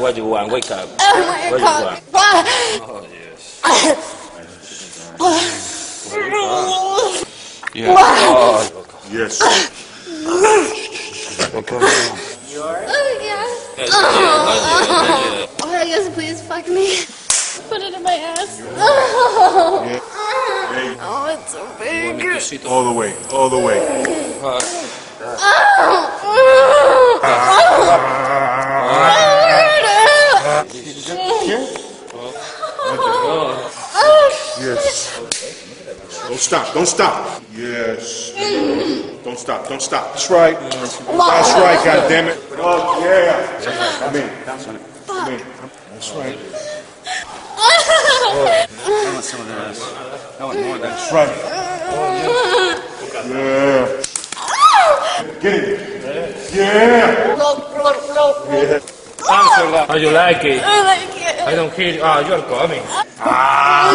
what you want? Wake up. Oh my What you God. got? Why? Oh, yes. Yes. Oh yeah. Yes, yes, yes, yes. Oh yes, please fuck me. Put it in my ass. Oh, Hey, oh it's so You big. want me to sit on all the way, all the way. her? Oh, Ah. Ah. oh, Yes. Don't stop, don't stop. Yes. Don't stop, don't stop. That's right. That's right, goddammit. Oh, yeah. Come in. Come in. That's right. That's right. Yeah. Get it. Yeah. Yeah. How you like it? I like it. I don't care. Ah, you're coming. Ah,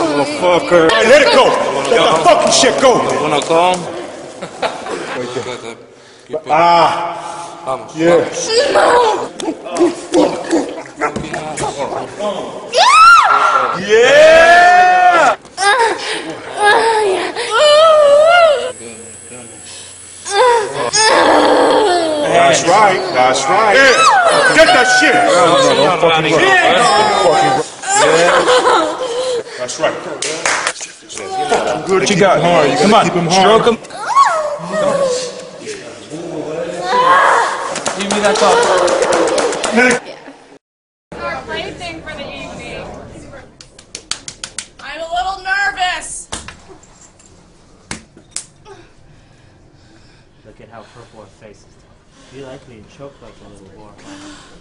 motherfucker. Hey, let it go. Let the fucking shit go. Wanna come? Ah. Yeah. Yeah. Oh, yeah. Oh. That's right. That's right. Get that shit. Don't fucking That's right. Good. You got hard. You Come on. Keep him hard. Stroke him. Give me that top. our plaything for the evening. I'm a little nervous. Look at how purple her face is. You likely choke like a little boy.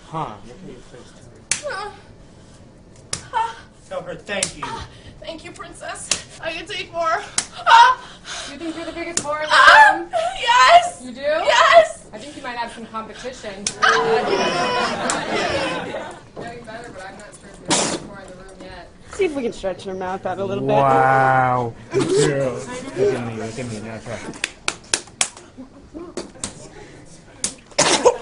Huh? Look at your face. Tell her thank you. Thank you, princess. I can take more. Ah, You think you're the biggest whore in the ah, room? yes, You do? yes. I think you might have some competition. Knowing better, but I'm not sure if you're the biggest whore in the room yet. See if we can stretch her mouth out a little Wow. Look at me. Look at me. Not her. You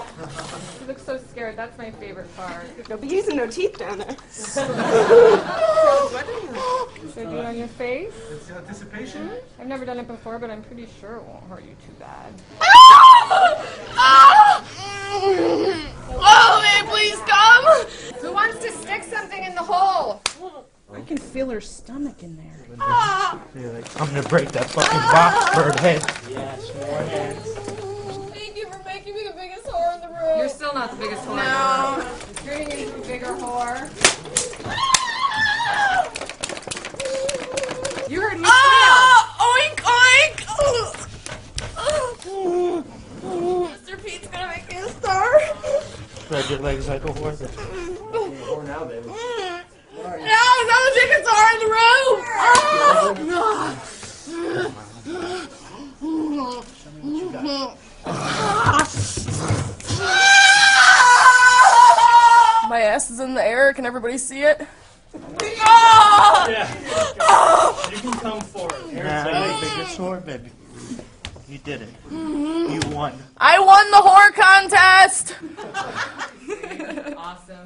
look so scared. That's my favorite part. bit. They'll be using their teeth down there. So do it on your face. It's anticipation. I've never done it before, but I'm pretty sure it won't hurt you too bad. Ah. Oh, may I please come? Who wants to stick something in the hole? I can feel her stomach in there. Ah, I'm gonna break that fucking box bird head. Thank you for making me the biggest whore in the room. Ah! You're still not the biggest whore. No. You're gonna get a bigger whore. You heard me squeal. Ah, oink, oink. Mr. Pete's gonna make me a star. Spread your legs like a horse. Or now, baby. No, no, tickets are in the room. Oh. My ass is in the air. Can everybody see it? You can come forward. Nah, you're bigger sword, baby. You did it. You won. I won the whore contest. Awesome.